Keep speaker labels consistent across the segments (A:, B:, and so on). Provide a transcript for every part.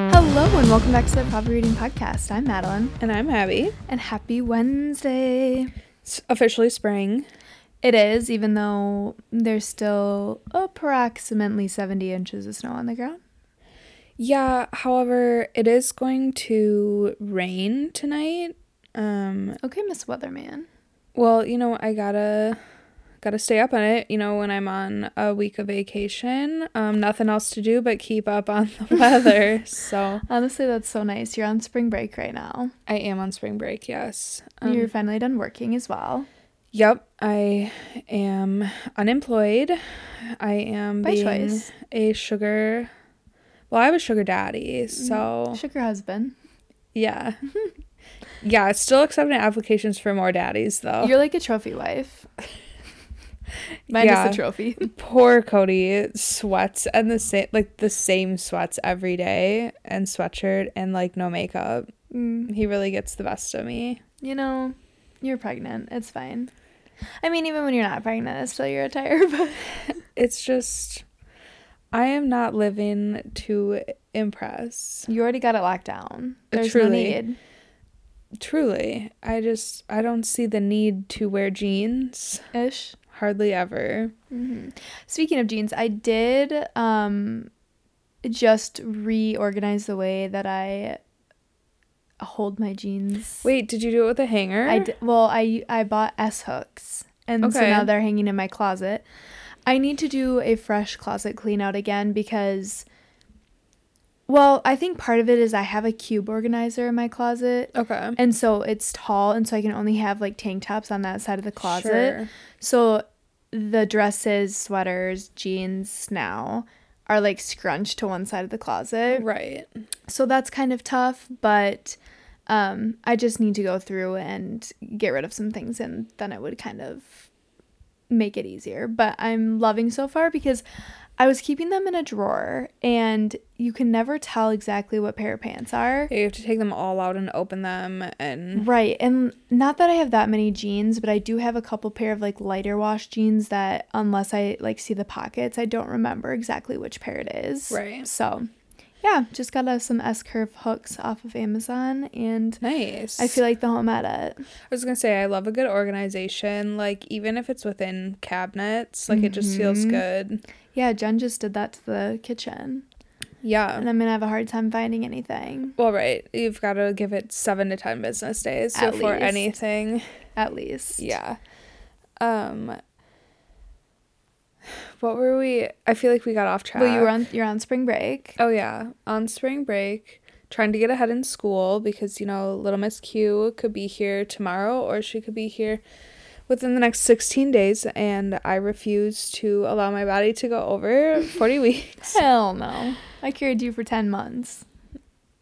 A: and welcome back to the Proper Reading Podcast. I'm Madeline,
B: And I'm Abby.
A: and happy Wednesday.
B: It's officially spring.
A: It is, even though there's still approximately 70 inches of snow on the ground.
B: Yeah, however, it is going to rain tonight. Um,
A: Okay, Miss Weatherman.
B: well, you know, I gotta gotta stay up on it, you know, when I'm on a week of vacation. Um, nothing else to do but keep up on the weather. so
A: Honestly, that's so nice. You're on spring break right now.
B: I am on spring break, yes. Um,
A: You're finally done working as well.
B: Yep, I am unemployed. I am
A: By
B: being
A: choice.
B: a sugar well, I was sugar daddy,
A: Mm-hmm.
B: so
A: Shook your husband.
B: Yeah. yeah, it's still accepting applications for more daddies though.
A: You're like a trophy wife. Minus
B: Yeah.
A: the trophy.
B: Poor Cody sweats and the same like the same sweats every day and sweatshirt and like no makeup.
A: Mm,
B: He really gets the best of me.
A: you know, you're pregnant. It's fine. I mean, even when you're not pregnant, it's still your attire, but
B: It's just I am not living to impress.
A: you already got it locked down.
B: Uh,
A: There's no
B: truly.
A: need.
B: Truly. I just I don't see the need to wear jeans
A: Ish.
B: hardly ever.
A: hmm Speaking of jeans, I did um, just reorganize the way that I hold my jeans.
B: Wait, did you do it with a hanger?
A: I d- well, I I bought S hooks, and so
B: Okay.
A: now they're hanging in my closet. I need to do a fresh closet clean out again because, well, I think part of it is I have a cube organizer in my closet,
B: Okay.
A: and so it's tall, and so I can only have like tank tops on that side of the closet.
B: Sure.
A: So the dresses, sweaters, jeans now are like scrunched to one side of the closet.
B: Right.
A: So that's kind of tough, but um, I just need to go through and get rid of some things and then it would kind of make it easier. But I'm loving so far because I was keeping them in a drawer and you can never tell exactly what pair of pants are.
B: You have to take them all out and open them and
A: Right. And not that I have that many jeans, but I do have a couple pair of like lighter wash jeans that unless I like see the pockets, I don't remember exactly which pair it is.
B: Right.
A: So, yeah, just got uh, some S curve hooks off of Amazon and
B: nice.
A: I feel like the home edit.
B: I was gonna say I love a good organization. Like even if it's within cabinets, like it just feels
A: Mhm.
B: good.
A: Yeah, Jen just did that to the kitchen and
B: Yeah.
A: I'm going to have a hard time finding anything
B: Well, right. You've got to give it seven to ten business days
A: At
B: before
A: least.
B: anything.
A: at least.
B: Yeah. Um. What were we? I feel like we got off track.
A: Well, you were on you're on spring break.
B: Oh yeah, on spring break, trying to get ahead in school because you know little Miss Q could be here tomorrow or she could be here within the next 16 days and I refuse to allow my body to go over 40 weeks.
A: Hell no. I carried you for 10 months.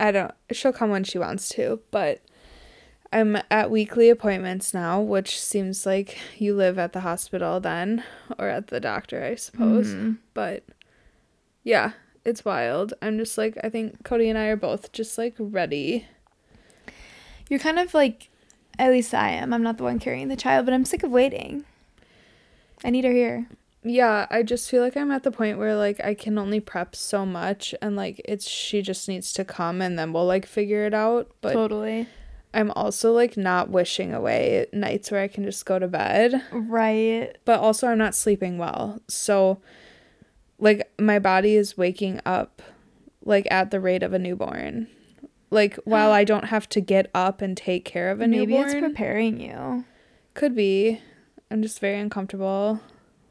B: I don't she'll come when she wants to, but I'm at weekly appointments now, which seems like you live at the hospital then or at the doctor, I suppose.
A: Mhm.
B: but yeah it's wild i'm just like i think cody and i are both just like ready
A: You're kind of like, at least I am. I'm not the one carrying the child, but I'm sick of waiting. I need her here.
B: yeah i just feel like i'm at the point where like i can only prep so much and like it's she just needs to come and then we'll like figure it out but
A: totally.
B: i'm also like not wishing away nights where i can just go to bed
A: Right.
B: but also i'm not sleeping well so like my body is waking up like at the rate of a newborn like while i don't have to get up and take care of a
A: Maybe
B: newborn
A: it's preparing you.
B: Could be. I'm just very uncomfortable.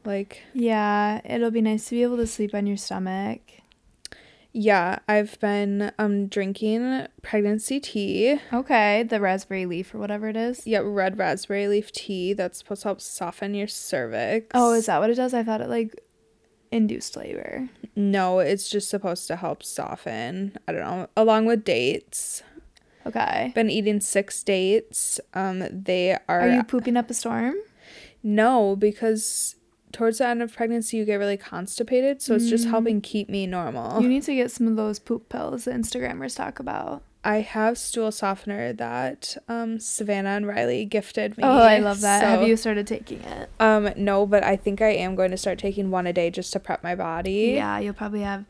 B: Like,
A: Yeah, it'll be nice to be able to sleep on your stomach.
B: yeah, I've been um drinking pregnancy tea.
A: Okay, the raspberry leaf or whatever it is.
B: Yeah, red raspberry leaf tea that's supposed to help soften your cervix.
A: Oh, is that what it does? I thought it like induced labor.
B: No, it's just supposed to help soften. I don't know. Along with dates.
A: Okay.
B: Been eating six dates. Um they are,
A: Are you pooping up a storm?
B: No, because towards the end of pregnancy you get really constipated, so it's just helping keep me normal.
A: Mm. You need to get some of those poop pills that Instagrammers talk about.
B: I have stool softener that um, Savannah and Riley gifted me.
A: Oh, I love that.
B: So,
A: Have you started taking it?
B: Um, no, but I think I am going to start taking one a day just to prep my body.
A: Yeah, you'll probably have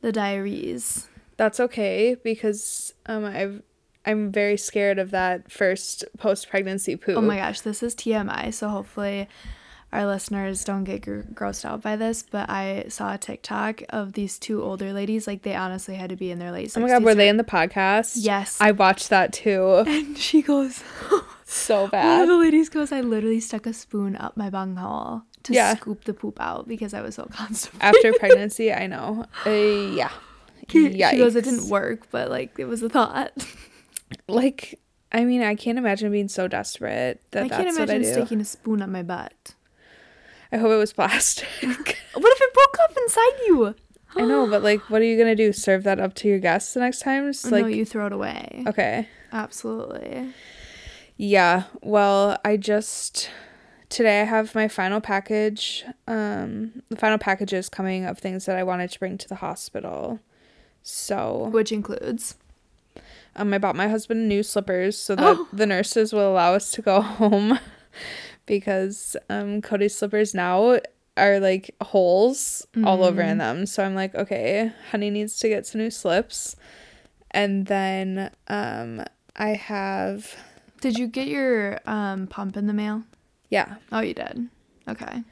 A: the diaries.
B: that's okay because um I've I'm very scared of that first post pregnancy poop.
A: Oh my gosh, this is TMI. So hopefully our listeners don't get gr- grossed out by this, but I saw a TikTok of these two older ladies. Like they honestly had to be in their late 60s.
B: Oh my god, were they in the podcast?
A: Yes.
B: I watched that too.
A: and she goes,
B: So
A: one of
B: bad.
A: the ladies goes, I literally stuck a spoon up my bunghole to
B: Yeah.
A: scoop the poop out because I was so constipated.
B: After pregnancy, I know. Uh, yeah.
A: Yeah, She goes, it
B: Yikes.
A: didn't work, but like it was a thought.
B: Like, I mean, I can't imagine being so desperate that
A: I
B: that's
A: can't
B: what I
A: imagine
B: do.
A: sticking a spoon up my butt.
B: I hope it was plastic.
A: What if it broke up inside you?
B: I know, but like, what are you gonna do? Serve that up to your guests the next time? Just like,
A: Oh,
B: Oh.
A: no, you throw it away.
B: okay,
A: Absolutely.
B: yeah. Well, I just today I have my final package. Um, the final packages coming of things that I wanted to bring to the hospital. So,
A: Which includes.
B: um, I bought my husband new slippers so that
A: Oh.
B: the nurses will allow us to go home, because um, Cody's slippers now are like holes all over in them. So I'm like, okay, honey needs to get some new slips. And then um I have
A: Did you get your um, pump in the mail?
B: yeah.
A: Oh, you did. Okay.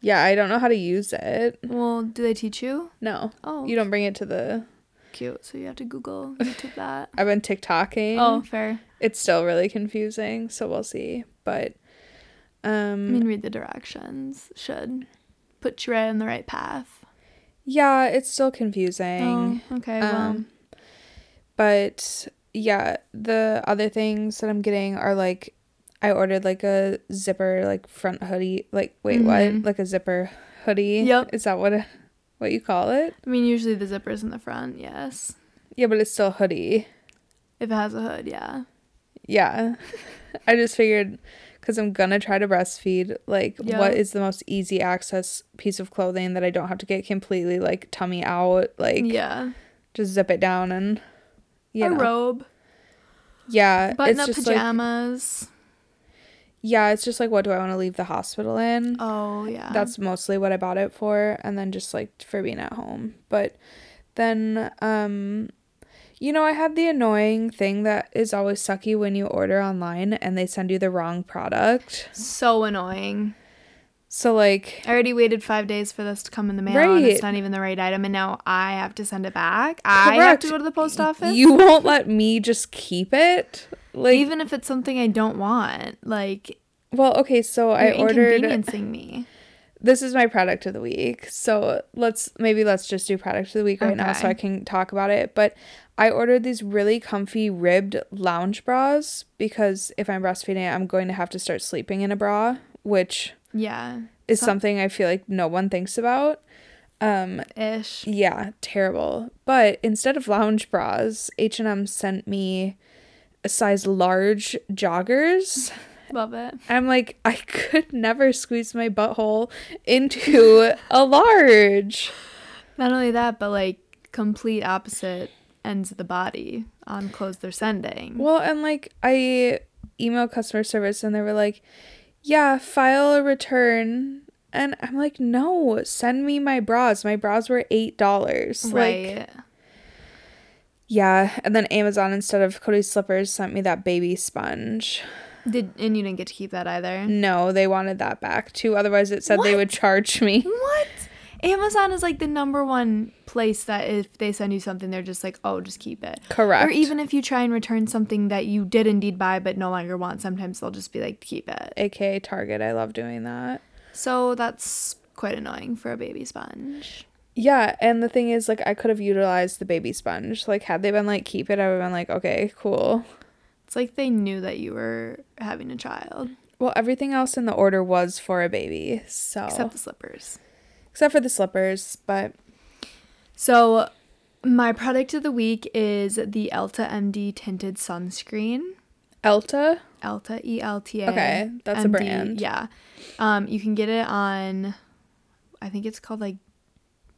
B: Yeah, I don't know how to use it.
A: Well, do they teach you?
B: No.
A: Oh,
B: You don't bring it to the
A: cute. So you have to Google YouTube that.
B: I've been TikToking.
A: oh, fair.
B: It's still really confusing, so we'll see. But
A: I
B: um
A: mean, read the directions. Should put you right on the right path.
B: yeah, it's still confusing.
A: Oh, okay. well,
B: Um, but yeah, the other things that I'm getting are like I ordered like a zipper like front hoodie like wait
A: Mhm.
B: what like a zipper hoodie.
A: Yep.
B: Is that what what you call it?
A: I mean, usually the zipper's in the front. Yes.
B: Yeah, but it's still hoodie.
A: If it has a hood, yeah.
B: Yeah, I just figured because I'm gonna try to breastfeed. Like,
A: Yeah.
B: what is the most easy access piece of clothing that I don't have to get completely like tummy out? Like,
A: yeah.
B: just zip it down and you
A: a
B: know.
A: robe,
B: yeah,
A: button
B: it's
A: up
B: just like
A: pajamas.
B: yeah, it's just like what do I want to leave the hospital in?
A: oh, yeah.
B: that's mostly what I bought it for, and then just like for being at home. But then, um, you know, I had the annoying thing that is always sucky when you order online and they send you the wrong product.
A: so annoying.
B: So like,
A: I already waited five days for this to come in the mail, and it's
B: Right.
A: not even the right item, and now I have to send it back. I have to
B: Correct.
A: go to the post office.
B: you won't let me just keep it. Like,
A: even if it's something I don't want, like
B: well, okay, so I
A: you're
B: ordered.
A: inconveniencing me.
B: This is my product of the week. So let's maybe let's just do product of the week right now, so
A: Okay.
B: I can talk about it. But I ordered these really comfy ribbed lounge bras because if I'm breastfeeding, I'm going to have to start sleeping in a bra, which
A: Yeah,
B: is
A: So-
B: something I feel like no one thinks about. Um,
A: ish.
B: Yeah, terrible. But instead of lounge bras, H&M sent me a size large joggers.
A: Love it.
B: I'm like, I could never squeeze my butthole into a large.
A: Not only that, but like complete opposite ends of the body on clothes they're sending.
B: Well, and like I emailed customer service and they were like, "Yeah, file a return." And I'm like, "No, send me my bras. My bras were $8." Like
A: right.
B: yeah, and then Amazon instead of Cody's slippers sent me that baby sponge.
A: Did and you didn't get to keep that either.
B: No, they wanted that back too. Otherwise, it said they would charge me.
A: What? Amazon is like the number one place that if they send you something, they're just like, oh, just keep it.
B: Correct.
A: Or even if you try and return something that you did indeed buy but no longer want, sometimes they'll just be like, keep it.
B: AKA Target. I love doing that.
A: So that's quite annoying for a baby sponge.
B: Yeah, and the thing is, like, I could have utilized the baby sponge. Like, had they been like, keep it, I would have been like, okay, cool.
A: It's like they knew that you were having a child,
B: Well, everything else in the order was for a baby, so
A: except
B: except,
A: the slippers.
B: for the slippers. But
A: So, my product of the week is the Elta MD tinted sunscreen.
B: Elta,
A: Elta E L T A.
B: okay, that's a
A: MD,
B: brand.
A: Yeah. Um, you can get it on, I think it's called like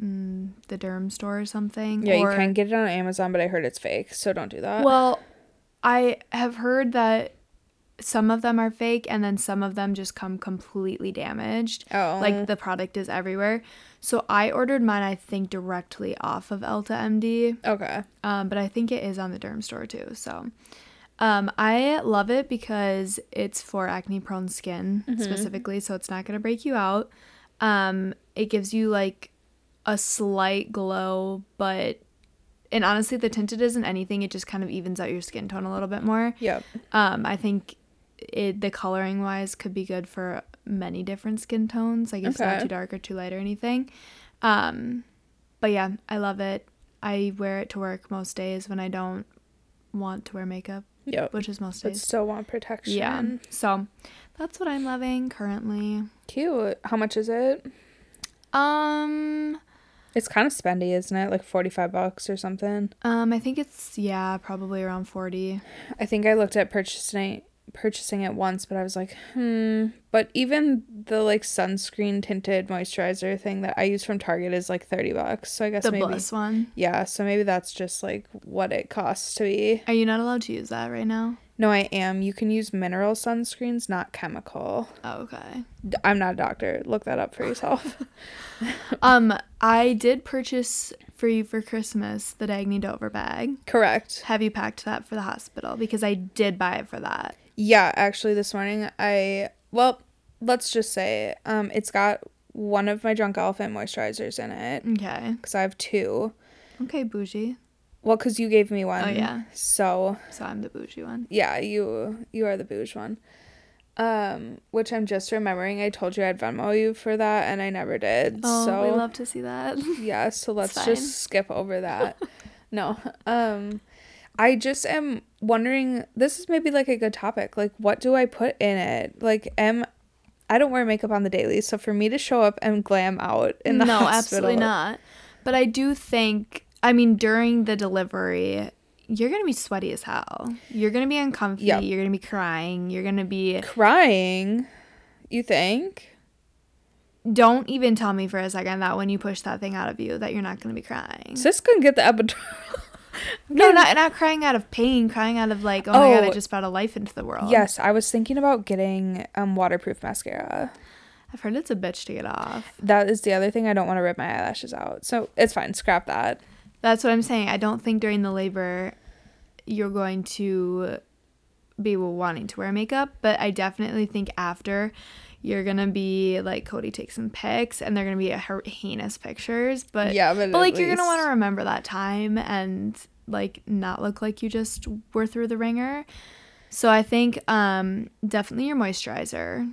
A: mm, the Derm store or something.
B: Yeah,
A: or,
B: you can get it on Amazon, but I heard it's fake, so don't do that.
A: Well, I have heard that some of them are fake and then some of them just come completely damaged.
B: Oh.
A: Like the product is everywhere. So I ordered mine, I think, directly off of Elta MD,
B: Okay.
A: um, but I think it is on the Derm Store too. So um, I love it because it's for acne prone skin specifically, so it's not going to break you out. Um, it gives you like a slight glow, but and honestly, the tinted isn't anything. It just kind of evens out your skin tone a little bit more.
B: Yep.
A: Um, I think it the coloring wise could be good for many different skin tones. Like it's not
B: Okay.
A: too dark or too light or anything. Um, but yeah, I love it. I wear it to work most days when I don't want to wear makeup,
B: Yep.
A: which is most
B: But
A: days.
B: still want protection.
A: Yeah. So that's what I'm loving currently.
B: Cute. How much is it?
A: Um,
B: It's kind of spendy, isn't it? Like 45 bucks or something.
A: um, I think it's yeah, probably around forty.
B: I think I looked at purchasing purchasing it once, but I was like, hmm. But even the like sunscreen tinted moisturizer thing that I use from Target is like 30 bucks. So I guess
A: The
B: maybe
A: bliss one.
B: Yeah, so maybe that's just like what it costs to be.
A: Are you not allowed to use that right now?
B: No, I am. You can use mineral sunscreens, not chemical.
A: Oh, okay.
B: D- I'm not a doctor. Look that up for yourself.
A: Um, I did purchase for you for Christmas the Dagny Dover bag.
B: Correct.
A: Have you packed that for the hospital? Because I did buy it for that.
B: Yeah, actually this morning I well, let's just say um it's got one of my drunk elephant moisturizers in it
A: Okay.
B: cuz I have two.
A: Okay, bougie.
B: Well, cuz you gave me one.
A: Oh, yeah.
B: So,
A: So I'm the bougie one.
B: yeah, you you are the bouge one. Um, which I'm just remembering I told you I'd Venmo you for that and I never did.
A: Oh,
B: so
A: we love to see that.
B: yeah so let's
A: fine.
B: just skip over that no um i just am wondering this is maybe like a good topic like what do i put in it like am i don't wear makeup on the daily so for me to show up and glam out in the
A: no,
B: hospital
A: absolutely not. But I do think, I mean, during the delivery, you're gonna be sweaty as hell. You're gonna be uncomfy.
B: Yep.
A: You're gonna be crying. You're gonna be.
B: crying you think
A: Don't even tell me for a second that when you push that thing out of you, that you're not gonna be crying.
B: sis can get the epidural
A: No, not not crying out of pain, crying out of like, oh, my god, I
B: Oh.
A: just brought a life into the world.
B: yes i was thinking about getting um waterproof mascara
A: I've heard it's a bitch to get off.
B: that is the other thing i don't want to rip my eyelashes out so it's fine scrap that
A: That's what I'm saying. I don't think during the labor you're going to be wanting to wear makeup, but I definitely think after you're gonna be like Cody takes some pics, and they're gonna be uh, her- heinous pictures. But
B: yeah but,
A: but
B: at
A: like you're gonna
B: least-
A: want to remember that time and like not look like you just were through the ringer so i think um definitely your moisturizer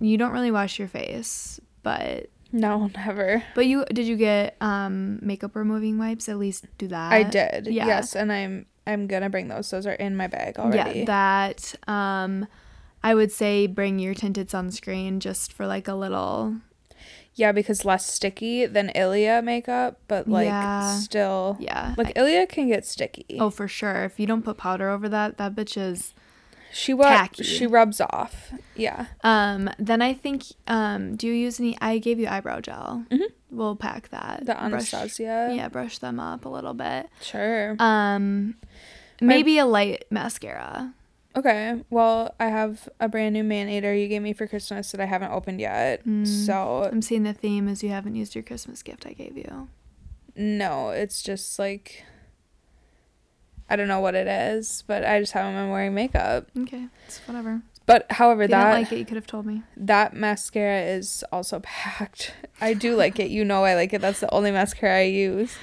A: you don't really wash your face but
B: no never
A: but you did you get um makeup removing wipes at least do that
B: I did.
A: yeah.
B: Yes, and I'm I'm gonna bring those. Those are in my bag already.
A: yeah that um i would say bring your tinted sunscreen just for like a little
B: yeah, because less sticky than Ilia makeup, but like
A: Yeah.
B: still
A: yeah
B: like Ilia can get sticky.
A: oh for sure if you don't put powder over that that bitch is
B: she wa-
A: tacky.
B: she rubs off. Yeah.
A: Um, then I think, um, do you use any? I gave you eyebrow gel.
B: Mhm.
A: We'll pack that.
B: The
A: Brush-
B: Anastasia.
A: yeah, brush them up a little bit.
B: Sure.
A: Um,
B: My-
A: maybe a light mascara.
B: okay. Well, I have a brand new man eater you gave me for Christmas that I haven't opened yet.
A: Mm.
B: So
A: I'm seeing the theme is you haven't used your Christmas gift I gave you.
B: no, it's just like I don't know what it is, but I just haven't been wearing makeup.
A: Okay, it's whatever.
B: But however,
A: If you
B: that
A: didn't like it, you could have told me.
B: That mascara is also packed. I do like it. You know I like it. That's the only mascara I use.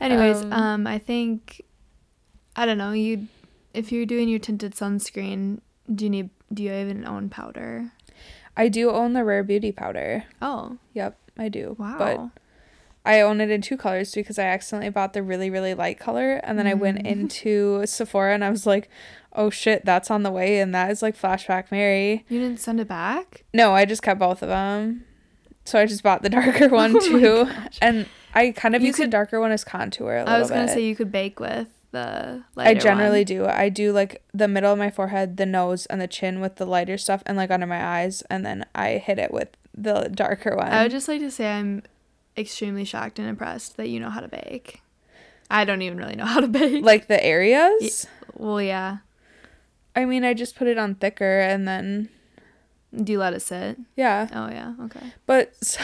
A: Anyways, um,
B: Um,
A: I think, I don't know. You, if you're doing your tinted sunscreen, do you need? Do you even own powder?
B: I do own the Rare Beauty powder.
A: Oh,
B: Yep, I do.
A: wow.
B: But I own it in two colors because I accidentally bought the really, really light color. And then I
A: Mm.
B: went into Sephora and I was like, oh shit, that's on the way. And that is like Flashback Mary.
A: you didn't send it back.
B: No, I just kept both of them. So I just bought the darker one
A: Oh my
B: too. and I kind of
A: You
B: use the
A: could-
B: darker one as contour a little bit.
A: I was gonna say you could bake with the lighter
B: I generally
A: one.
B: do. I do like the middle of my forehead, the nose, and the chin with the lighter stuff, and like under my eyes, and then I hit it with the darker one.
A: I would just like to say I'm extremely shocked and impressed that you know how to bake. I don't even really know how to bake.
B: like the areas.
A: well, yeah,
B: I mean, I just put it on thicker and then
A: Do you let it sit?
B: yeah.
A: Oh yeah. Okay.
B: But s-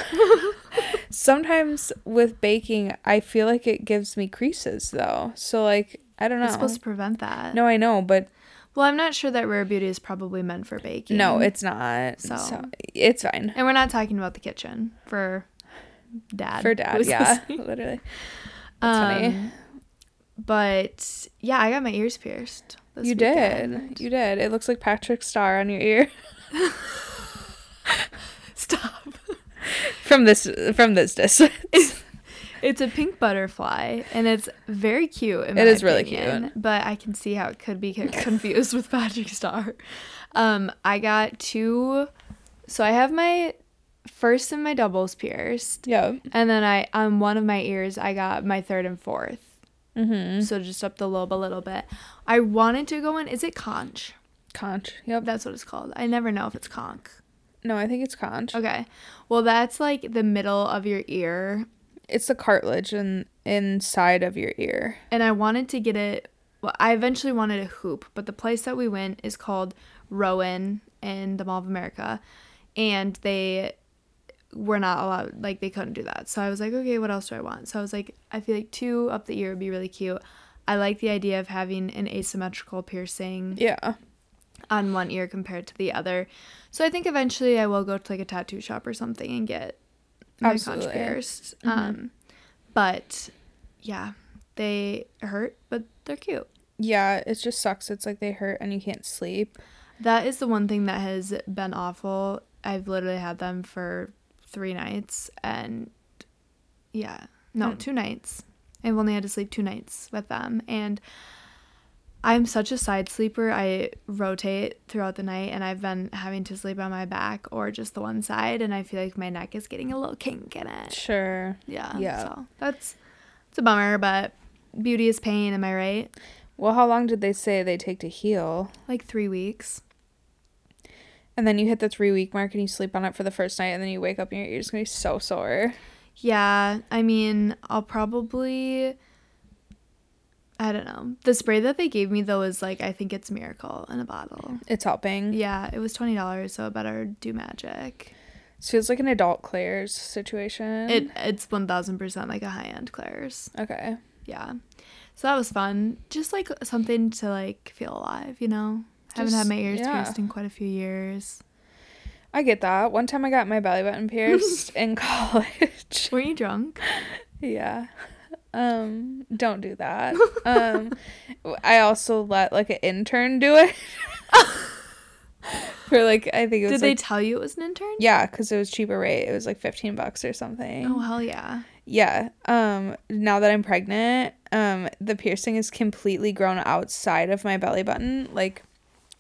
B: sometimes with baking, I feel like it gives me creases though. So like I don't know.
A: It's supposed to prevent that.
B: no, I know, but
A: Well, I'm not sure that rare beauty is probably meant for baking.
B: no, it's not.
A: So-
B: So, it's fine
A: and we're not talking about the kitchen for dad.
B: for dad.
A: who's
B: Yeah,
A: listening.
B: literally.
A: um,
B: funny.
A: But yeah, I got my ears pierced. This
B: You
A: weekend.
B: did. You did. It looks like Patrick Star on your ear
A: Stop.
B: from this from this distance.
A: It's a pink butterfly, and it's very cute. in
B: It
A: my
B: is really
A: opinion, but I can see how it could be co- confused with Patrick Star. Um, I got two, so I have my first and my doubles pierced,
B: yeah.
A: and then I on one of my ears I got my third and fourth.
B: Mm-hmm.
A: So just up the lobe a little bit. I wanted to go in. Is it conch?
B: Conch. Yep.
A: That's what it's called. I never know if it's conch.
B: No, I think it's conch.
A: Okay. Well, that's like the middle of your ear
B: It's the cartilage in, inside of your ear.
A: and I wanted to get it. Well, I eventually wanted a hoop, but the place that we went is called Rowan in the Mall of America, and they were not allowed. Like they couldn't do that. So I was like, okay, what else do I want? So I was like, I feel like two up the ear would be really cute. I like the idea of having an asymmetrical piercing
B: Yeah.
A: on one ear compared to the other. So I think eventually I will go to like a tattoo shop or something and get my
B: Absolutely.
A: conch pierced. Um, but yeah, they hurt, but they're cute.
B: Yeah, it just sucks. It's like they hurt and you can't sleep.
A: That is the one thing that has been awful. I've literally had them for three nights and yeah, no,
B: Mm.
A: two nights. I've only had to sleep two nights with them. And I'm such a side sleeper. I rotate throughout the night and I've been having to sleep on my back or just the one side. And I feel like my neck is getting a little kink in it.
B: Sure.
A: Yeah.
B: Yeah.
A: So that's, it's a bummer, but beauty is pain. Am I right?
B: Well, how long did they say they take to heal?
A: Like three weeks.
B: And then you hit the three week mark and you sleep on it for the first night and then you wake up and your ear's gonna be so sore.
A: Yeah, I mean, I'll probably I don't know. The spray that they gave me though is like I think it's miracle in a bottle.
B: It's helping.
A: Yeah, it was twenty dollars, so it better do magic.
B: So it's like an adult Claire's situation.
A: It it's one thousand percent like a high end Claire's.
B: Okay.
A: Yeah. So that was fun. Just like something to like feel alive, you know? Haven't had
B: Just-
A: my ears
B: yeah.
A: pierced in quite a few years.
B: I get that. One time I got my belly button pierced in college.
A: Were you drunk?
B: yeah. Um, don't do that. Um, I also let like an intern do it for like I think it was
A: Did they
B: like-
A: tell you it was an intern?
B: yeah, because it was cheaper rate. It was like fifteen bucks or something.
A: Oh hell yeah.
B: Yeah. Um, now that I'm pregnant, um, the piercing is completely grown outside of my belly button. Like,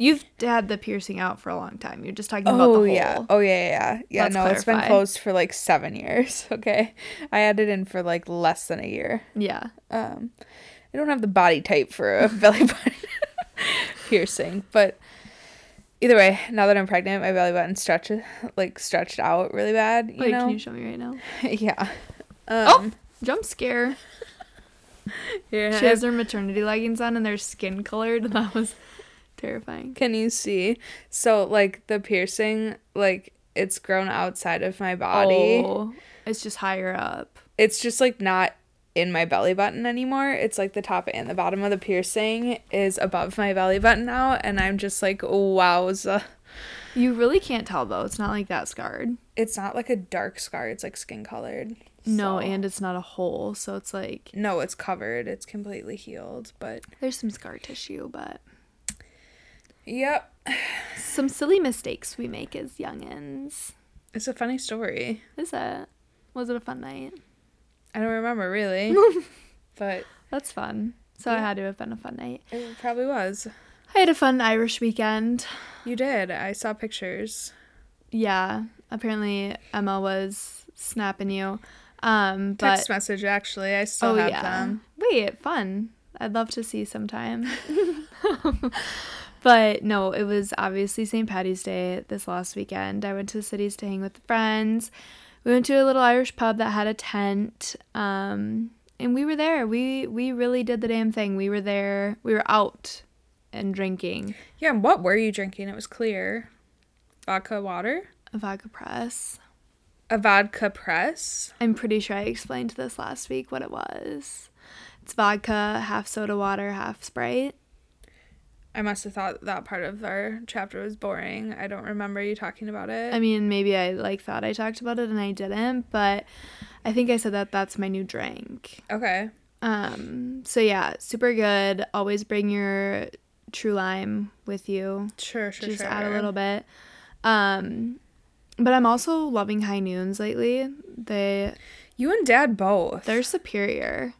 A: You've had the piercing out for a long time. You're just talking about the
B: oh
A: hole.
B: yeah, oh yeah, yeah, yeah. yeah
A: Let's
B: no, it's been
A: clarify.
B: closed for like seven years. Okay, I had it in for like less than a year.
A: Yeah.
B: Um, I don't have the body type for a belly button piercing, but either way, now that I'm pregnant, my belly button stretches like stretched out really bad. You
A: Wait,
B: know,
A: can you show me right now?
B: yeah.
A: Oh!
B: Um,
A: Jump scare.
B: here,
A: She has her maternity leggings on and they're skin colored, and that was terrifying.
B: Can you see? So like the piercing, like it's grown outside of my body.
A: Oh, it's just higher up.
B: It's just like not in my belly button anymore. It's like the top and the bottom of the piercing is above my belly button now, and I'm just like, wowza.
A: You really can't tell though. It's not like that scarred.
B: It's not like a dark scar. It's like skin colored.
A: No,
B: So-
A: and it's not a hole, so it's like
B: no, it's covered. It's completely healed. But
A: there's some scar tissue, but
B: yep,
A: some silly mistakes we make as youngins.
B: it's a funny story.
A: Is that? Was it a fun night?
B: I don't remember really, but
A: That's fun. So it
B: Yeah.
A: had to have been a fun night.
B: it probably was.
A: I had a fun Irish weekend.
B: You did. I saw pictures.
A: Yeah, apparently Emma was snapping you. Um, but Oh,
B: text message actually i still have them
A: Wait, fun. I'd love to see sometime. but no, it was obviously St. Patty's Day this last weekend. I went to the cities to hang with friends. We went to a little Irish pub that had a tent. Um, and we were there. We we really did the damn thing. We were there. We were out and drinking
B: Yeah, and what were you drinking? It was clear. Vodka water?
A: a vodka press.
B: A vodka press?
A: I'm pretty sure I explained this last week what it was. It's vodka, half soda water, half Sprite.
B: I must have thought that part of our chapter was boring. I don't remember you talking about it.
A: I mean, maybe I like thought I talked about it and I didn't, but I think I said that that's my new drink.
B: okay.
A: Um, so yeah, super good. Always bring your true lime with you.
B: Sure, sure,
A: just
B: sure.
A: add a little bit. Um, but I'm also loving high noons lately. They
B: You and dad both.
A: they're superior.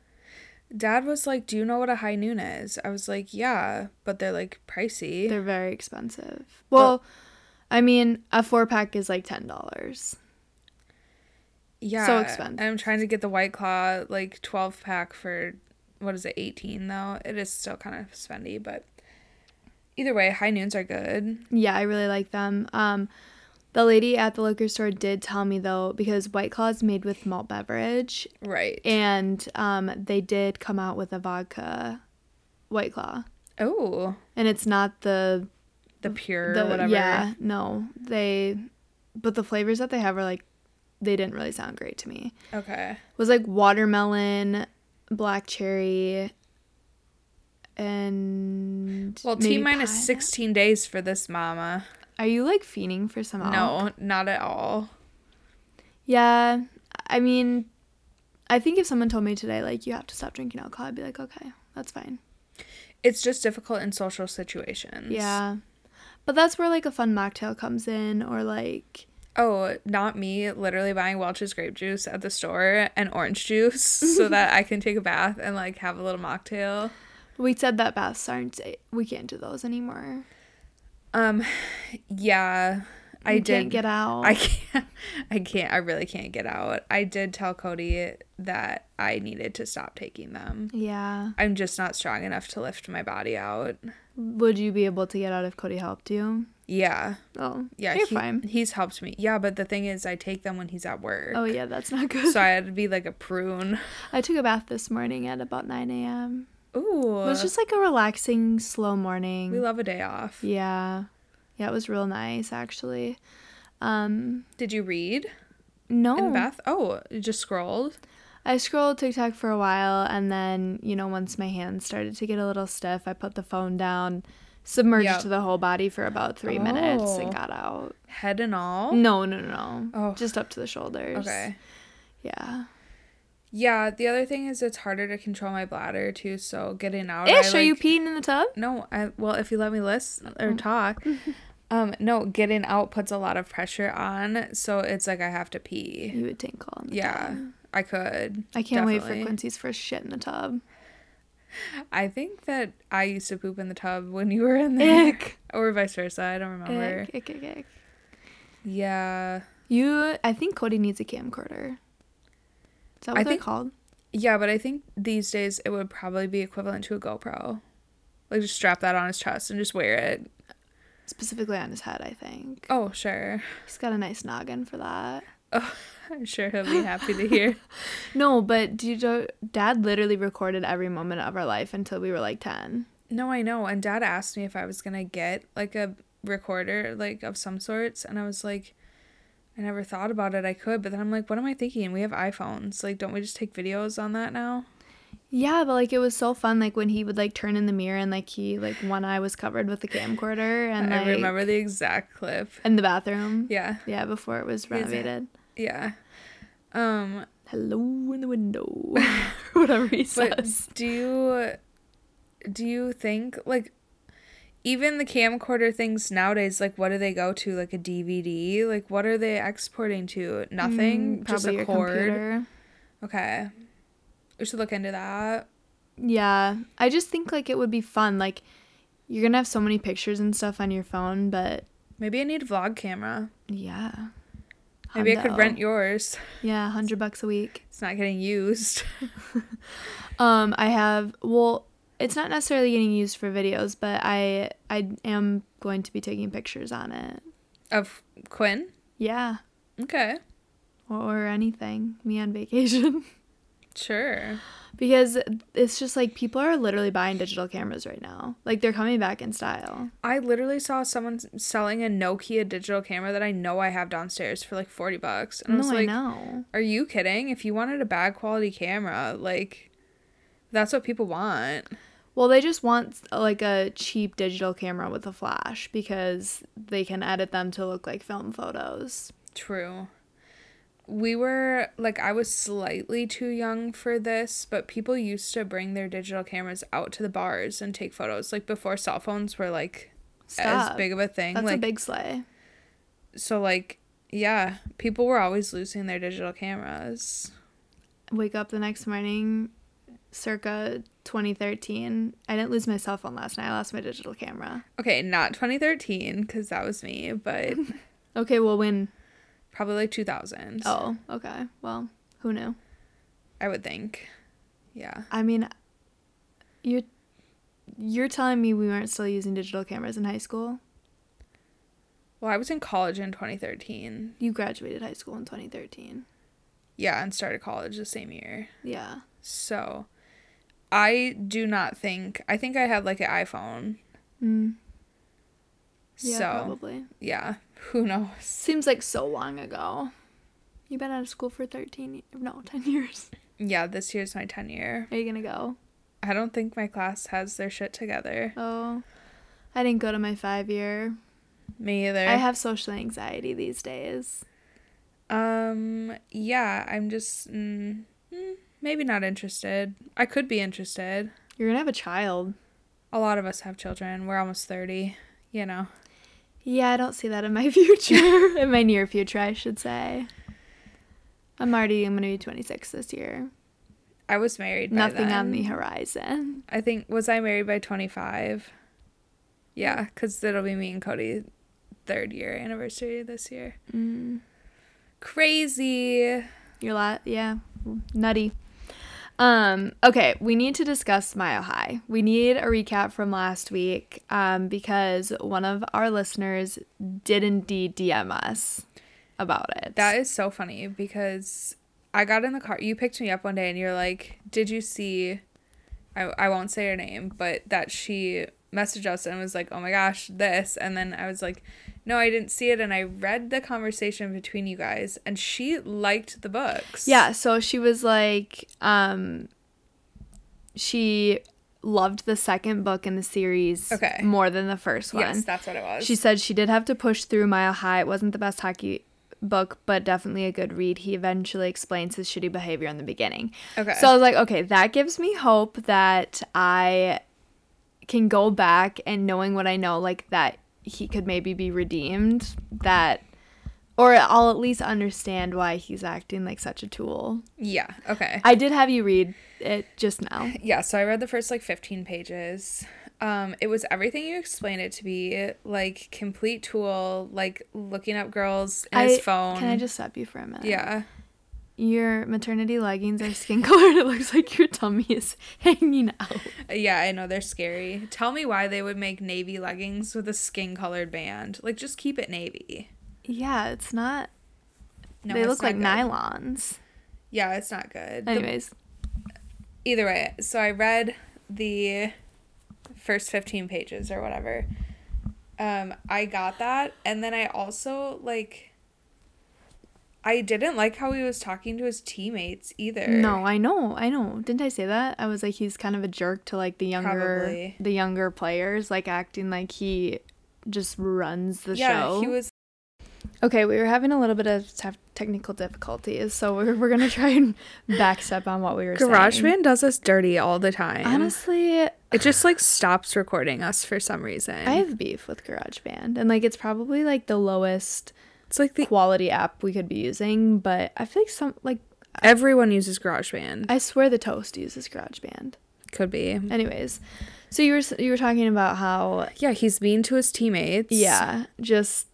B: Dad was like, Do you know what a high noon is? I was like, Yeah, but they're like pricey.
A: They're very expensive. Well, I mean, a four pack is like ten dollars.
B: yeah.
A: expensive.
B: And I'm trying to get the White Claw like 12 pack for what is it, 18 though? It is still kind of spendy, but either way, high noons are good.
A: Yeah, I really like them. Um, the lady at the liquor store did tell me though, because White Claw is made with malt beverage,
B: Right.
A: and um, they did come out with a vodka White Claw,
B: oh,
A: and it's not the
B: the pure
A: the
B: whatever.
A: Yeah, no, they, but the flavors that they have are like, they didn't really sound great to me.
B: Okay.
A: It was like watermelon, black cherry, and
B: Well,
A: maybe
B: T minus
A: pine-
B: 16 days for this mama.
A: Are you like fiending for some? alcohol?
B: No, not at all.
A: Yeah, I mean, I think if someone told me today, like, you have to stop drinking alcohol, I'd be like, okay, that's fine.
B: It's just difficult in social situations.
A: Yeah. But that's where, like, a fun mocktail comes in, or, like,
B: Oh, not me literally buying Welch's grape juice at the store and orange juice so that I can take a bath and like have a little mocktail.
A: we said that baths aren't, eh, we can't do those anymore.
B: Um yeah, I
A: You
B: did
A: can't get out.
B: I can't I can't I really can't get out. I did tell Cody that I needed to stop taking them.
A: yeah.
B: I'm just not strong enough to lift my body out.
A: Would you be able to get out if Cody helped you?
B: Yeah.
A: Oh,
B: Yeah,
A: You're
B: he-
A: fine.
B: He's helped me. Yeah, but the thing is, I take them when he's at work.
A: Oh, yeah, that's not good.
B: So I had to be like a prune.
A: I took a bath this morning at about 9 a.m.
B: Ooh,
A: It was just like a relaxing, slow morning.
B: Uh, we love a day off.
A: Yeah. Yeah, it was real nice actually. Um
B: Did you read
A: no.
B: in the bath? Oh, you just scrolled.
A: I scrolled TikTok for a while and then, you know, once my hands started to get a little stiff, I put the phone down, submerged
B: Yep.
A: the whole body for about 3 minutes
B: Oh.
A: and got out.
B: Head and all.
A: No, no, no, no.
B: Oh.
A: Just up to the shoulders.
B: Okay.
A: Yeah.
B: Yeah. The other thing is, it's harder to control my bladder too. So getting out. I,
A: Ish, are you
B: like-
A: peeing in the tub?
B: No, I well, if you let me listen or talk, um, no, getting out puts a lot of pressure on. So it's like I have to pee.
A: You would tinkle in the
B: Yeah,
A: tub.
B: I could.
A: I can't wait
B: definitely.
A: for Quincy's first shit in the tub.
B: I think that I used to poop in the tub when you were in there,
A: Ick.
B: or vice versa. I don't remember.
A: Ick, ick, ick, ick.
B: Yeah,
A: You, I think Cody needs a camcorder. Is that what
B: I
A: they're
B: think-
A: called?
B: yeah, but I think these days it would probably be equivalent to a GoPro. Like just strap that on his chest and just wear it.
A: Specifically on his head, I think.
B: Oh sure, Oh,
A: He's got a nice noggin for that.
B: I'm sure he'll be happy to hear.
A: No, but do you know, Dad literally recorded every moment of our life until we were like 10.
B: no, I know. And Dad asked me if I was gonna get like a recorder like of some sorts, and I was like. I never thought about it. I could, but then I'm like, what am I thinking? We have iPhones. Like, don't we just take videos on that now?
A: Yeah, but like it was so fun. Like when he would like turn in the mirror and like he, like one eye was covered with the camcorder and
B: I
A: like
B: remember the exact clip.
A: in the bathroom.
B: Yeah,
A: Yeah, before it was renovated.
B: yeah. Um,
A: Hello in the window. or Whatever he
B: but
A: says.
B: do you do you think like even the camcorder things nowadays? Like, what do they go to? Like a DVD? Like, what are they exporting to? Nothing.
A: Mm,
B: just a
A: your
B: cord.
A: computer.
B: Okay. We should look into that.
A: Yeah. I just think like it would be fun. Like you're going to have so many pictures and stuff on your phone, but
B: Maybe I need a vlog camera.
A: yeah.
B: Maybe I could
A: Hundo.
B: rent yours.
A: Yeah, 100 bucks a week.
B: It's not getting used.
A: Um I have well, it's not necessarily getting used for videos, but I I am going to be taking pictures on it.
B: Of Quinn.
A: Yeah.
B: Okay.
A: Or, or anything. Me on vacation.
B: Sure.
A: because it's just like people are literally buying digital cameras right now. Like they're coming back in style.
B: I literally saw someone s- selling a Nokia digital camera that I know I have downstairs for like 40 bucks. And I
A: No,
B: was
A: I
B: like,
A: know.
B: are you kidding? If you wanted a bad quality camera, like that's what people want.
A: Well, they just want like a cheap digital camera with a flash because they can edit them to look like film photos.
B: True. We were like I was slightly too young for this, but people used to bring their digital cameras out to the bars and take photos like before cell phones were like
A: Stop.
B: as big of a thing.
A: That's
B: like
A: a big sleigh.
B: so like yeah, people were always losing their digital cameras.
A: Wake up the next morning, circa 2013. I didn't lose my cell phone last night. I lost my digital camera.
B: Okay, not 2013 cuz that was me, but
A: Okay, well, when?
B: probably like 2000.
A: Oh, okay. Well, who knew?
B: I would think. Yeah.
A: I mean, you're you're telling me we weren't still using digital cameras in high school?
B: Well, I was in college in 2013.
A: You graduated high school in 2013.
B: Yeah, and started college the same year.
A: Yeah.
B: So I do not think I think I had like an iPhone.
A: Mm. Yeah,
B: so
A: probably.
B: yeah, who knows?
A: Seems like so long ago. You've been out of school for 13 ye- no, 10 years.
B: Yeah, this year's my 10 year.
A: Are you going to go?
B: I don't think my class has their shit together.
A: Oh. I didn't go to my 5 year.
B: Me either.
A: I have social anxiety these days.
B: um yeah, I'm just mm, mm, maybe not interested. I could be interested.
A: You're going to have a child.
B: A lot of us have children. We're almost 30, you know.
A: Yeah, I don't see that in my future. in my near future, I should say. I'm already I'm going to be 26 this year.
B: I was married by
A: Nothing on
B: then.
A: the horizon.
B: I think was I married by 25? Yeah, cuz it'll be me and Cody third year anniversary this year.
A: Mm.
B: crazy.
A: Your lot, yeah, nutty. Um, okay, we need to discuss Mile High. We need a recap from last week um, because one of our listeners did indeed DM us about it.
B: That is so funny because I got in the car. You picked me up one day and you're like, Did you see? I, I won't say her name, but that she messaged us and was like, Oh my gosh, this. And then I was like, No, I didn't see it. And I read the conversation between you guys and she liked the books.
A: yeah, so she was like, um, she loved the second book in the series
B: Okay.
A: more than the first one.
B: Yes, that's what it was.
A: She said she did have to push through Mile High. It wasn't the best hockey book, but definitely a good read. He eventually explains his shitty behavior in the beginning.
B: Okay.
A: So I was like, okay, that gives me hope that I can go back and knowing what I know, like that he could maybe be redeemed, that, or I'll at least understand why he's acting like such a tool.
B: Yeah. Okay.
A: I did have you read it just now.
B: yeah so i read the first like 15 pages um it was everything you explained it to be like complete tool like looking up girls in
A: I,
B: his phone
A: Can I just stop you for a minute?
B: yeah
A: Your maternity leggings are skin colored. It looks like your tummy is hanging out.
B: yeah i know they're scary tell me why they would make navy leggings with a skin colored band like just keep it navy
A: Yeah, it's not.
B: no
A: they
B: it's
A: look
B: not
A: like
B: good.
A: nylons.
B: yeah it's not good The-
A: Anyways,
B: either way so i read the first 15 pages or whatever um i got that and then i also like i didn't like how he was talking to his teammates either
A: no, I know, I know. Didn't I say that? I was like, he's kind of a jerk to like the younger,
B: Probably.
A: the younger players, like acting like he just runs the
B: yeah
A: show.
B: he was
A: okay, we were having a little bit of tef- technical difficulties, so we're we're gonna try and backstep on what we were saying.
B: does us dirty all the time
A: Honestly,
B: it just like stops recording us for some reason
A: I have beef with GarageBand, and like it's probably like the lowest
B: it's like the
A: quality app we could be using, but I feel like some like
B: everyone uses garageband
A: I swear the Toast uses GarageBand.
B: could be
A: Anyways, so you were s- you were talking about how
B: yeah he's mean to his teammates
A: yeah, just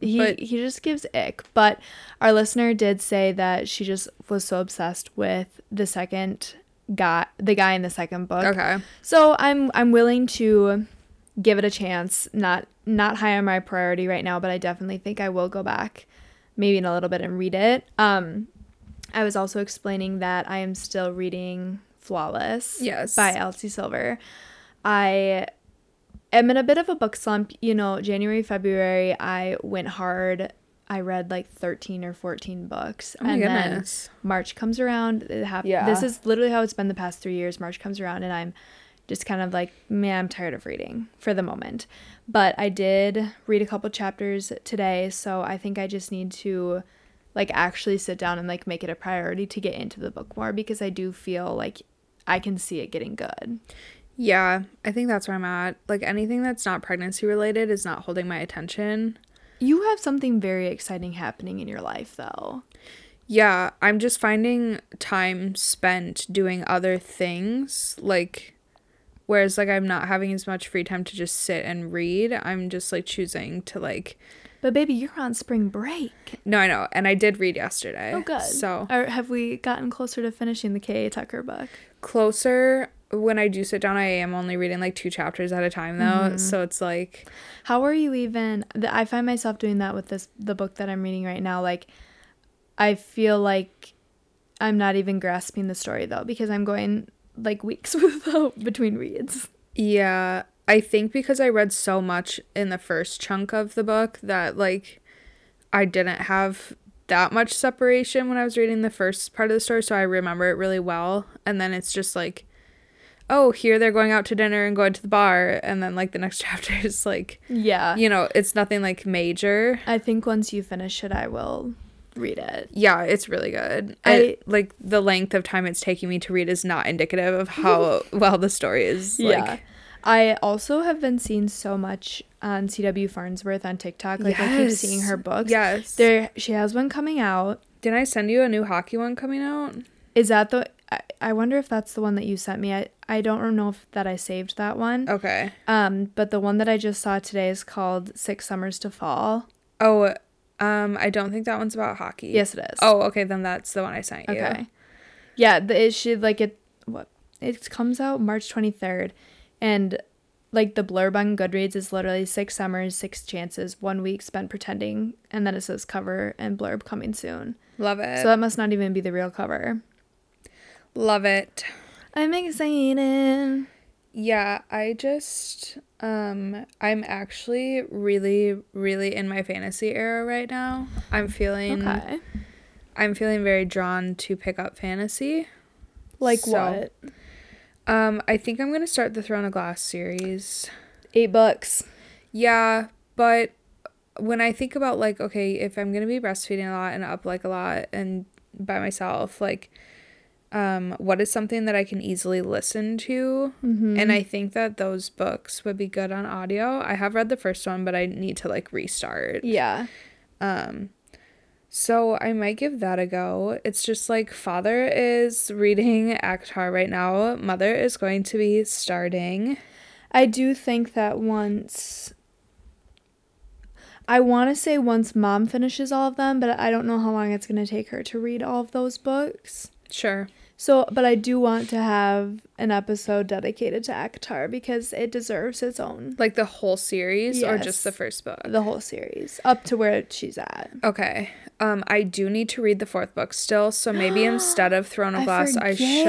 A: he
B: But-
A: he just gives ick. But our listener did say that she just was so obsessed with the second guy, the guy in the second book.
B: okay Oh
A: So I'm I'm willing to give it a chance. Not not high on my priority right now, but I definitely think I will go back maybe in a little bit and read it. Um I was also explaining that I am still reading Flawless
B: Yes.
A: by Elsie Silver. I am in a bit of a book slump. You know, January, February, I went hard. I read like 13 or 14 books.
B: Oh my
A: and then
B: goodness.
A: March comes around. It hap-
B: Yeah.
A: This is literally how it's been the past three years. March comes around, and I'm just kind of like, man, I'm tired of reading for the moment. But I did read a couple chapters today, so I think I just need to like actually sit down and like make it a priority to get into the book more because I do feel like I can see it getting good.
B: yeah, I think that's where I'm at. Like anything that's not pregnancy related is not holding my attention.
A: You have something very exciting happening in your life, though.
B: Yeah, I'm just finding time spent doing other things. Like, whereas, like, I'm not having as much free time to just sit and read. I'm just, like, choosing to, like,
A: But baby, you're on spring break.
B: no, I know. And I did read yesterday.
A: Oh, good.
B: Eh, So,
A: or have we gotten closer to finishing the K.A. Tucker book?
B: closer when I do sit down, I am only reading, like, two chapters at a time, though.
A: Mm-hmm.
B: So it's like,
A: How are you even? th- I find myself doing that with this the book that I'm reading right now. Like, I feel like I'm not even grasping the story though because I'm going like weeks without between reads.
B: yeah. I think because I read so much in the first chunk of the book that, like, I didn't have that much separation when I was reading the first part of the story, so I remember it really well. And then it's just like, oh, here they're going out to dinner and going to the bar, and then like the next chapter is like,
A: Yeah,
B: you know, it's nothing like major.
A: I think once you finish it, I will read it.
B: Yeah, it's really good.
A: I-
B: I like the length of time it's taking me to read is not indicative of how well the story is. Like,
A: yeah. I also have been seeing so much on CW Farnsworth on TikTok. Like I keep seeing
B: Yes.
A: her books.
B: Yes.
A: There she has one coming out.
B: Didn't I send you a new hockey one coming out?
A: Is that the I, I wonder if that's the one that you sent me. I, I don't know if that I saved that one.
B: Okay.
A: Um, but the one that I just saw today is called Six Summers to Fall.
B: Oh, um, I don't think that one's about hockey.
A: Yes, it is.
B: Oh, okay. Then that's the one I sent you.
A: okay. Yeah, the, it should like it. What it comes out March twenty third, and like the blurb on Goodreads is literally six summers, six chances, one week spent pretending, and then it says cover and blurb coming soon.
B: Love it.
A: So that must not even be the real cover.
B: Love it.
A: I'm excited.
B: Yeah, I just um I'm actually really really in my fantasy era right now. I'm feeling
A: Okay.
B: I'm feeling very drawn to pick up fantasy.
A: Like
B: So-
A: what?
B: Um I think I'm going to start the Throne of Glass series.
A: Eight bucks.
B: Yeah, but when I think about like okay, if I'm going to be breastfeeding a lot and up like a lot and by myself like um what is something that I can easily listen to?
A: Mm-hmm.
B: and i think that those books would be good on audio i have read the first one but i need to like restart
A: yeah.
B: um so i might give that a go it's just like father is reading akhtar right now mother is going to be starting
A: I do think that once I want to say once mom finishes all of them, but I don't know how long it's going to take her to read all of those books.
B: sure
A: So, but I do want to have an episode dedicated to Akatar because it deserves its own
B: like the whole series or
A: Yes.
B: just the first book
A: the whole series up to where she's at.
B: okay um i do need to read the fourth book still so maybe instead of throne of
A: I
B: glass i should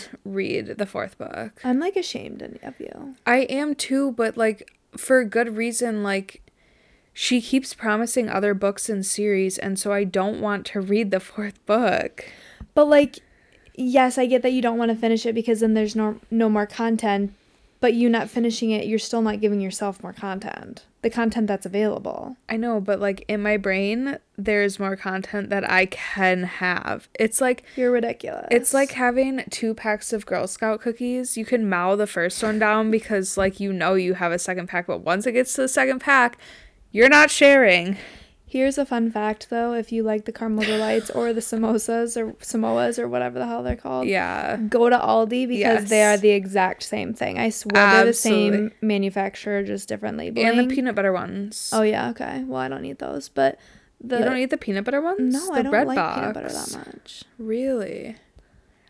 A: forget.
B: read the fourth book
A: I'm like ashamed of you.
B: I am too, but like for good reason. Like she keeps promising other books and series, and so I don't want to read the fourth book.
A: But like yes, I get that you don't want to finish it because then there's no no more content, but you not finishing it, you're still not giving yourself more content. The content that's available.
B: I know, but like in my brain, there's more content that I can have. It's like
A: You're ridiculous.
B: it's like having two packs of Girl Scout cookies. You can mow the first one down because like you know you have a second pack, but once it gets to the second pack, you're not sharing.
A: Here's a fun fact though, if you like the caramel delights or the samosas or samoas or whatever the hell they're called,
B: Yeah.
A: go to Aldi because they are
B: Yes.
A: the exact same thing. I swear they're the same
B: Absolutely.
A: manufacturer, just different labeling.
B: And the peanut butter ones.
A: oh yeah, okay. Well, I don't eat those, but the
B: you don't eat the peanut butter ones?
A: no,
B: the
A: I don't
B: bread
A: like peanut butter
B: box.
A: that much.
B: Really?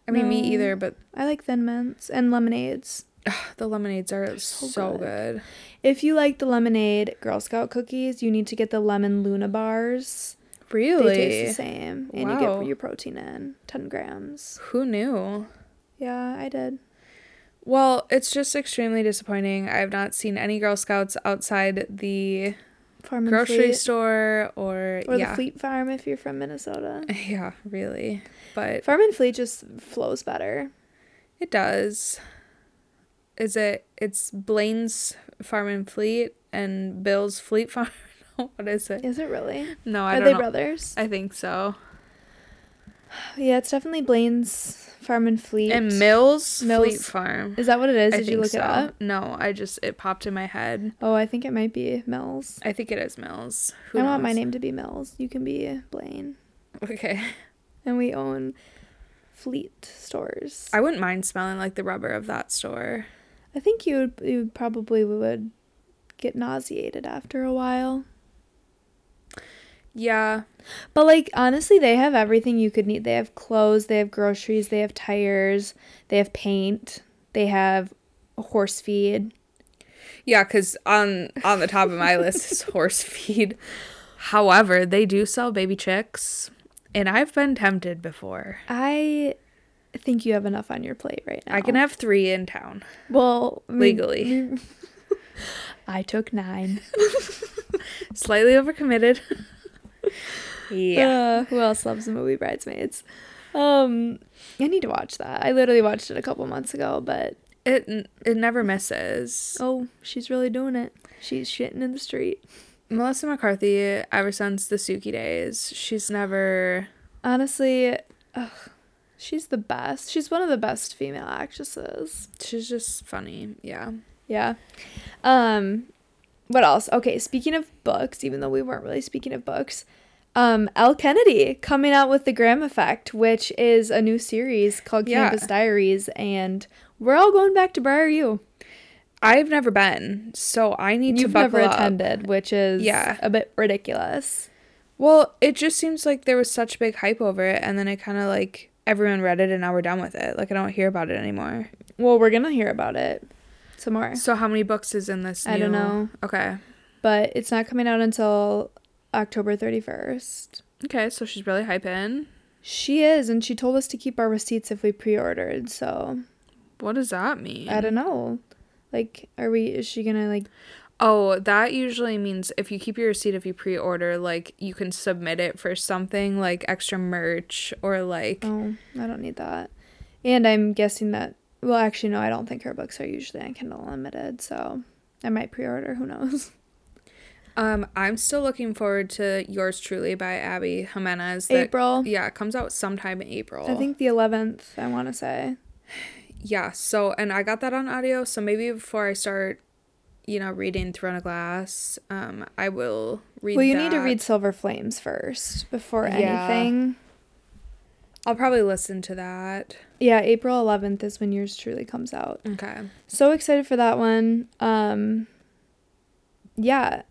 B: I mean, me
A: No.
B: either, but
A: I like Thin Mints and lemonades.
B: ugh, the lemonades are so, good.
A: If you like the lemonade Girl Scout cookies, you need to get the lemon Luna bars.
B: Really?
A: They taste the same, and you
B: Wow.
A: get your protein in ten grams.
B: Who knew?
A: Yeah, I did.
B: Well, it's just extremely disappointing. I have not seen any Girl Scouts outside the
A: Farm and
B: grocery
A: Fleet,
B: store or,
A: or
B: yeah.
A: the Fleet Farm if you're from Minnesota.
B: Yeah, really. But
A: Farm and Fleet just flows better.
B: it does. Is it it's Blaine's Farm and Fleet and Bill's Fleet Farm? what is it?
A: Is it really?
B: No,
A: Are
B: I don't
A: they
B: know.
A: brothers?
B: I think so.
A: yeah, it's definitely Blaine's Farm and Fleet.
B: And Mills, Fleet
A: Mills.
B: Farm.
A: Is that what it is?
B: I
A: Did you
B: think
A: look
B: so.
A: it up?
B: No, I just it popped in my head.
A: Oh, I think it might be Mills.
B: I think it is Mills. Who
A: I want my
B: knows?
A: name to be Mills. You can be Blaine.
B: Okay.
A: And we own Fleet stores.
B: I wouldn't mind smelling like the rubber of that store.
A: I think you would you probably would get nauseated after a while.
B: Yeah.
A: But like honestly, they have everything you could need. They have clothes, they have groceries, they have tires, they have paint, they have horse feed.
B: Yeah, cuz on on the top of my list is horse feed. However, they do sell baby chicks, and I've been tempted before.
A: I think you have enough on your plate right now.
B: I can have 3 in town
A: well we-
B: legally.
A: I took nine.
B: Slightly overcommitted. yeah.
A: Uh, who else loves the movie Bridesmaids? Um, I need to watch that. I literally watched it a couple months ago, but
B: It it never misses.
A: oh, she's really doing it. She's shitting in the street.
B: Melissa McCarthy, ever since the Suki days, she's never.
A: Honestly, ugh, she's the best. She's one of the best female actresses.
B: She's just funny. Yeah.
A: Yeah. Um, what else? Okay, speaking of books, even though we weren't really speaking of books, um, L. Kennedy coming out with The Graham Effect, which is a new series called
B: Yeah.
A: Campus Diaries, and we're all going back to Briar U.
B: I've never been, so I need to
A: You've
B: buckle
A: never
B: up.
A: attended, which is
B: Yeah.
A: a bit ridiculous.
B: Well, it just seems like there was such big hype over it, and then it kind of like everyone read it, and now we're done with it. Like I don't hear about it anymore.
A: Well, we're gonna hear about it some more,
B: So how many books is in this? New...
A: I don't know.
B: Okay.
A: but it's not coming out until October 31st.
B: Okay, so she's really hyping.
A: She is, and she told us to keep our receipts if we pre-ordered. So
B: What does that mean?
A: I don't know. Like, are we? Is she gonna like?
B: Oh, that usually means if you keep your receipt if you pre-order, like you can submit it for something like extra merch or like
A: Oh, I don't need that. And I'm guessing that. Well, actually, no. I don't think her books are usually on Kindle Unlimited, so I might pre-order. Who knows?
B: Um, I'm still looking forward to yours truly by Abby Jimenez. That,
A: April.
B: Yeah, it comes out sometime in April.
A: I think the 11th. I want to say.
B: Yeah. So, and I got that on audio. So maybe before I start, you know, reading Throne of Glass, um, I will read.
A: Well, you need to
B: that.
A: read Silver Flames first before
B: Yeah.
A: anything.
B: I'll probably listen to that.
A: Yeah, April 11th is when yours truly comes out.
B: Okay.
A: So excited for that one. Um Yeah.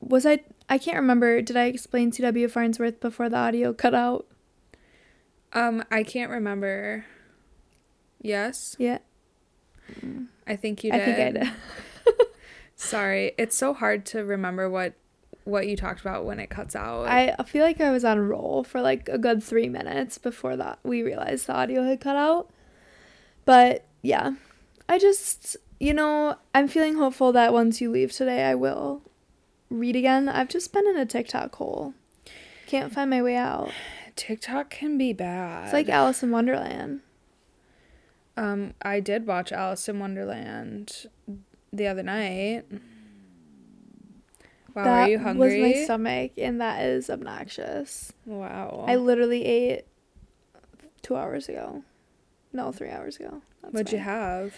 A: Was I I can't remember did I explain CW Farnsworth before the audio cut out?
B: Um, I can't remember. Yes,
A: Yeah.
B: I think you
A: I
B: did.
A: think I did.
B: Sorry, it's so hard to remember what what you talked about when it cuts out.
A: I feel like I was on a roll for like a good 3 minutes before that we realized the audio had cut out. But yeah. I just, you know, I'm feeling hopeful that once you leave today I will read again. I've just been in a TikTok hole. Can't find my way out.
B: TikTok can be bad.
A: It's like Alice in Wonderland.
B: Um, I did watch Alice in Wonderland the other night. Wow,
A: that
B: are you hungry?
A: was my stomach, and that is obnoxious.
B: wow.
A: I literally ate two hours ago. No, three hours ago. That's
B: What'd you
A: fine.
B: have?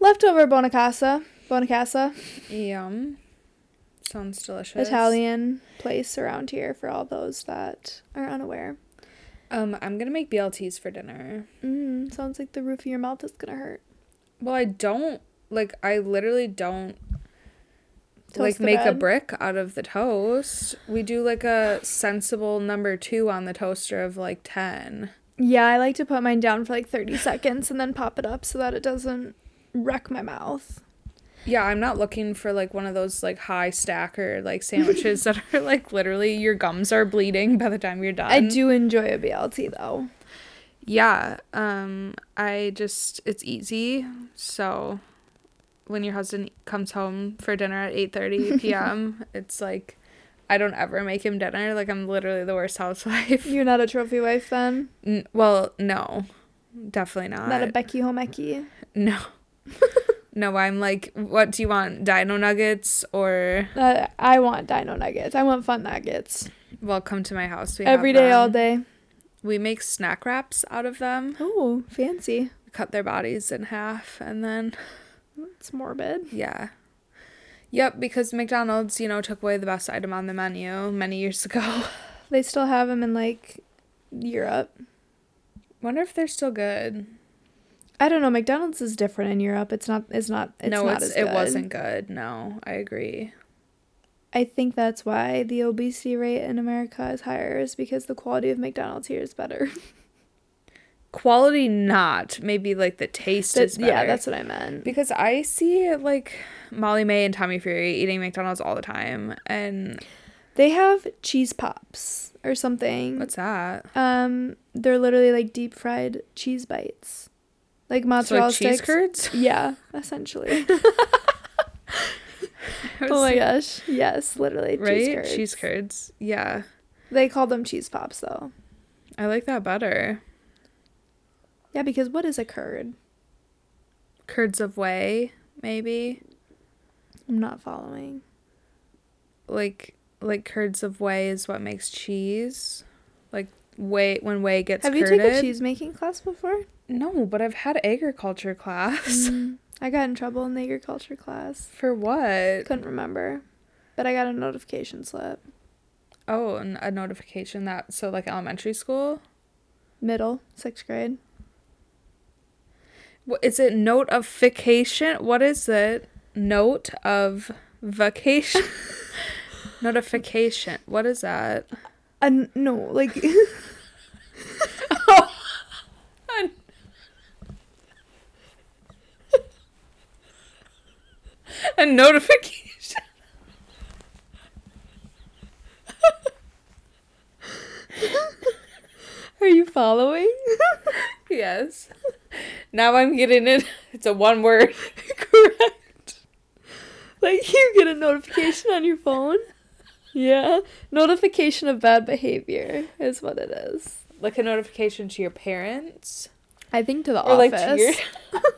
A: Leftover bonacasa. Bonacasa,
B: Yum. Sounds delicious.
A: Italian place around here for all those that are unaware.
B: Um, I'm gonna make BLTs for dinner.
A: Mm, sounds like the roof of your mouth is gonna hurt.
B: Well, I don't like. I literally don't
A: Toast
B: like
A: the
B: make a
A: bread.
B: brick out of the toast. We do like a sensible number two on the toaster of like ten.
A: Yeah, I like to put mine down for like 30 seconds and then pop it up so that it doesn't wreck my mouth.
B: Yeah, I'm not looking for like one of those like high stacker like sandwiches that are like literally your gums are bleeding by the time you're done.
A: I do enjoy a BLT though.
B: Yeah, um I just it's easy. So when your husband comes home for dinner at 8:30 p.m., it's like I don't ever make him dinner. Like I'm literally the worst housewife.
A: You're not a trophy wife then?
B: N- well, no. Definitely not.
A: Not a Becky Homecki?
B: no. no, I'm like what do you want? Dino nuggets or
A: Uh, I want dino nuggets. I want fun nuggets.
B: well, come to my house. We
A: Every
B: have
A: day, all
B: them.
A: day.
B: We make snack wraps out of them.
A: Oh, fancy.
B: Cut their bodies in half and then
A: It's morbid.
B: Yeah. Yep, because McDonald's, you know, took away the best item on the menu many years ago.
A: They still have them in like Europe.
B: Wonder if they're still good.
A: I don't know. McDonald's is different in Europe. It's not. It's not. It's
B: no,
A: not
B: it's,
A: as
B: it
A: good.
B: wasn't good. No, I agree.
A: I think that's why the obesity rate in America is higher, is because the quality of McDonald's here is better.
B: Quality not. Maybe like the taste
A: That-
B: is better.
A: yeah, that's what I meant.
B: because I see like Molly Mae and Tommy Fury eating McDonald's all the time. And
A: They have cheese pops or something.
B: what's that?
A: Um, they're literally like deep fried cheese bites, like
B: So, like
A: mozzarella
B: cheese
A: sticks.
B: curds?
A: Yeah, essentially.
B: I was
A: oh my
B: like,
A: gosh. Yes, literally.
B: Right?
A: Cheese curds.
B: cheese curds. Yeah.
A: They call them cheese pops though.
B: I like that better.
A: Yeah, because what is a curd?
B: Curds of whey, maybe.
A: I'm not following.
B: like like curds of whey is what makes cheese. Like whey when whey gets
A: Have you
B: curded.
A: taken cheese making class before?
B: No, but I've had agriculture class.
A: Mm, I got in trouble in the agriculture class.
B: For what?
A: Couldn't remember, but I got a notification slip.
B: Oh, and a notification that so like elementary school.
A: Middle, sixth grade.
B: What is it? Notification. What is it? Note of vacation. notification. What is that?
A: And no, like
B: A notification.
A: Are you following?
B: yes. Now I'm getting it. It's a one word. Correct.
A: like you get a notification on your phone? Yeah. Notification of bad behavior is what it is.
B: Like a notification to your parents.
A: I think to the
B: Or, like, to
A: office.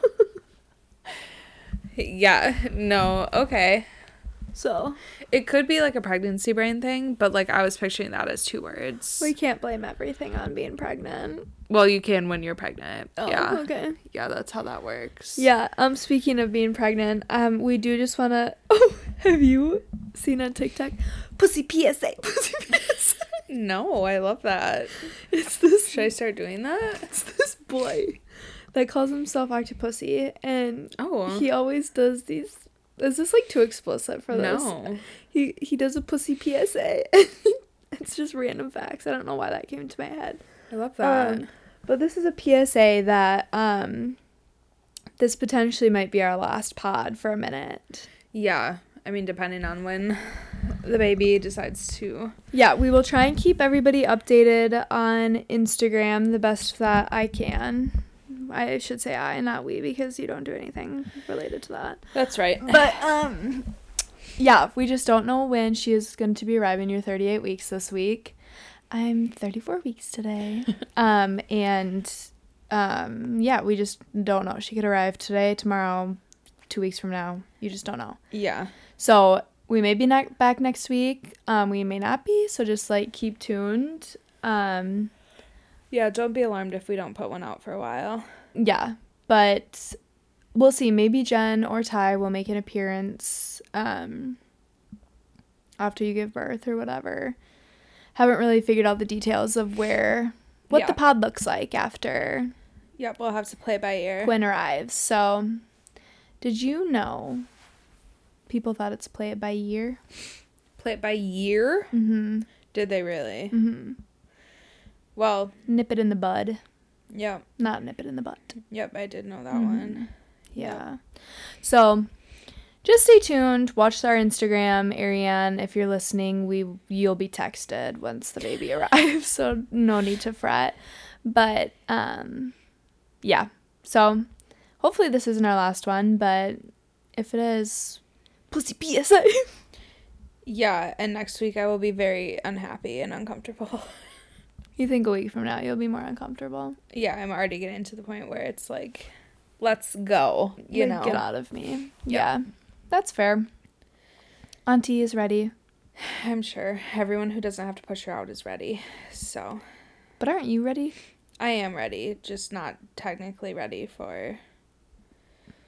B: Yeah, no, okay.
A: so
B: It could be like a pregnancy brain thing, but like I was picturing that as two words.
A: we can't blame everything on being pregnant.
B: well, you can when you're pregnant.
A: Oh,
B: yeah.
A: okay.
B: Yeah, that's how that works.
A: Yeah, um speaking of being pregnant, um we do just want to Oh, have you seen on TikTok pussy PSA? Pussy PSA.
B: No, I love that.
A: It's this
B: Should I start doing that?
A: it's this boy that calls himself Octopussy and
B: Oh.
A: he always does these Is this like too explicit for this?
B: no.
A: He he does a pussy PSA. it's just random facts. I don't know why that came to my head.
B: I love that.
A: Um, but this is a PSA that um this potentially might be our last pod for a minute.
B: yeah. I mean, depending on when the baby decides to.
A: Yeah, we will try and keep everybody updated on Instagram the best that I can. I should say I, not we, because you don't do anything related to that.
B: That's right.
A: But um yeah, we just don't know when she is going to be arriving. You're 38 weeks this week. I'm 34 weeks today. um and um yeah, we just don't know. She could arrive today, tomorrow, 2 weeks from now. You just don't know.
B: Yeah.
A: So, we may be not back next week. Um we may not be, so just like keep tuned. Um
B: Yeah, don't be alarmed if we don't put one out for a while.
A: yeah, but we'll see. Maybe Jen or Ty will make an appearance um, after you give birth or whatever. Haven't really figured out the details of where what
B: Yeah.
A: the pod looks like after
B: Yep, we'll have to play by ear.
A: Quinn arrives. So, did you know people thought it's play it by year?
B: Play it by year?
A: Mm-hmm.
B: Did they really?
A: Mm-hmm.
B: Well,
A: Nip it in the bud,
B: yep,
A: not nip it in the butt.
B: yep, I did know that
A: Mhm.
B: one.
A: Yeah. So just stay tuned. Watch our Instagram, Ariane. If you're listening, we you'll be texted once the baby arrives, so no need to fret. But um, yeah. So hopefully this isn't our last one, but if it is, pussy PSA.
B: Yeah, and next week I will be very unhappy and uncomfortable.
A: you think a week from now you'll be more uncomfortable?
B: yeah, I'm already getting to the point where it's like, let's go. You
A: Like,
B: know.
A: get out of me.
B: Yeah.
A: Yeah, that's fair. Auntie is ready,
B: I'm sure everyone who doesn't have to push her out is ready. So
A: but aren't you ready?
B: I am ready, just not technically ready for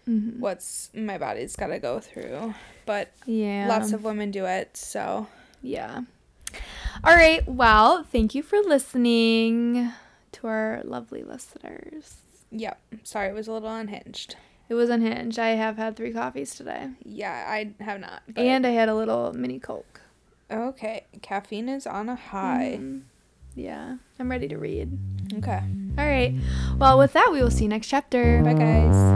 A: Mm-hmm.
B: what's my body's got to go through. But
A: Yeah.
B: lots of women do it, so
A: Yeah. All right. Well, thank you for listening to our lovely listeners.
B: yep. Sorry, it was a little unhinged.
A: It was unhinged. I have had three coffees today,
B: Yeah, I have not. but-
A: and I had a little mini Coke.
B: okay, caffeine is on a high.
A: Mhm. Yeah, I'm ready to read.
B: Okay,
A: All right. Well, with that, we will see you next chapter.
B: bye guys.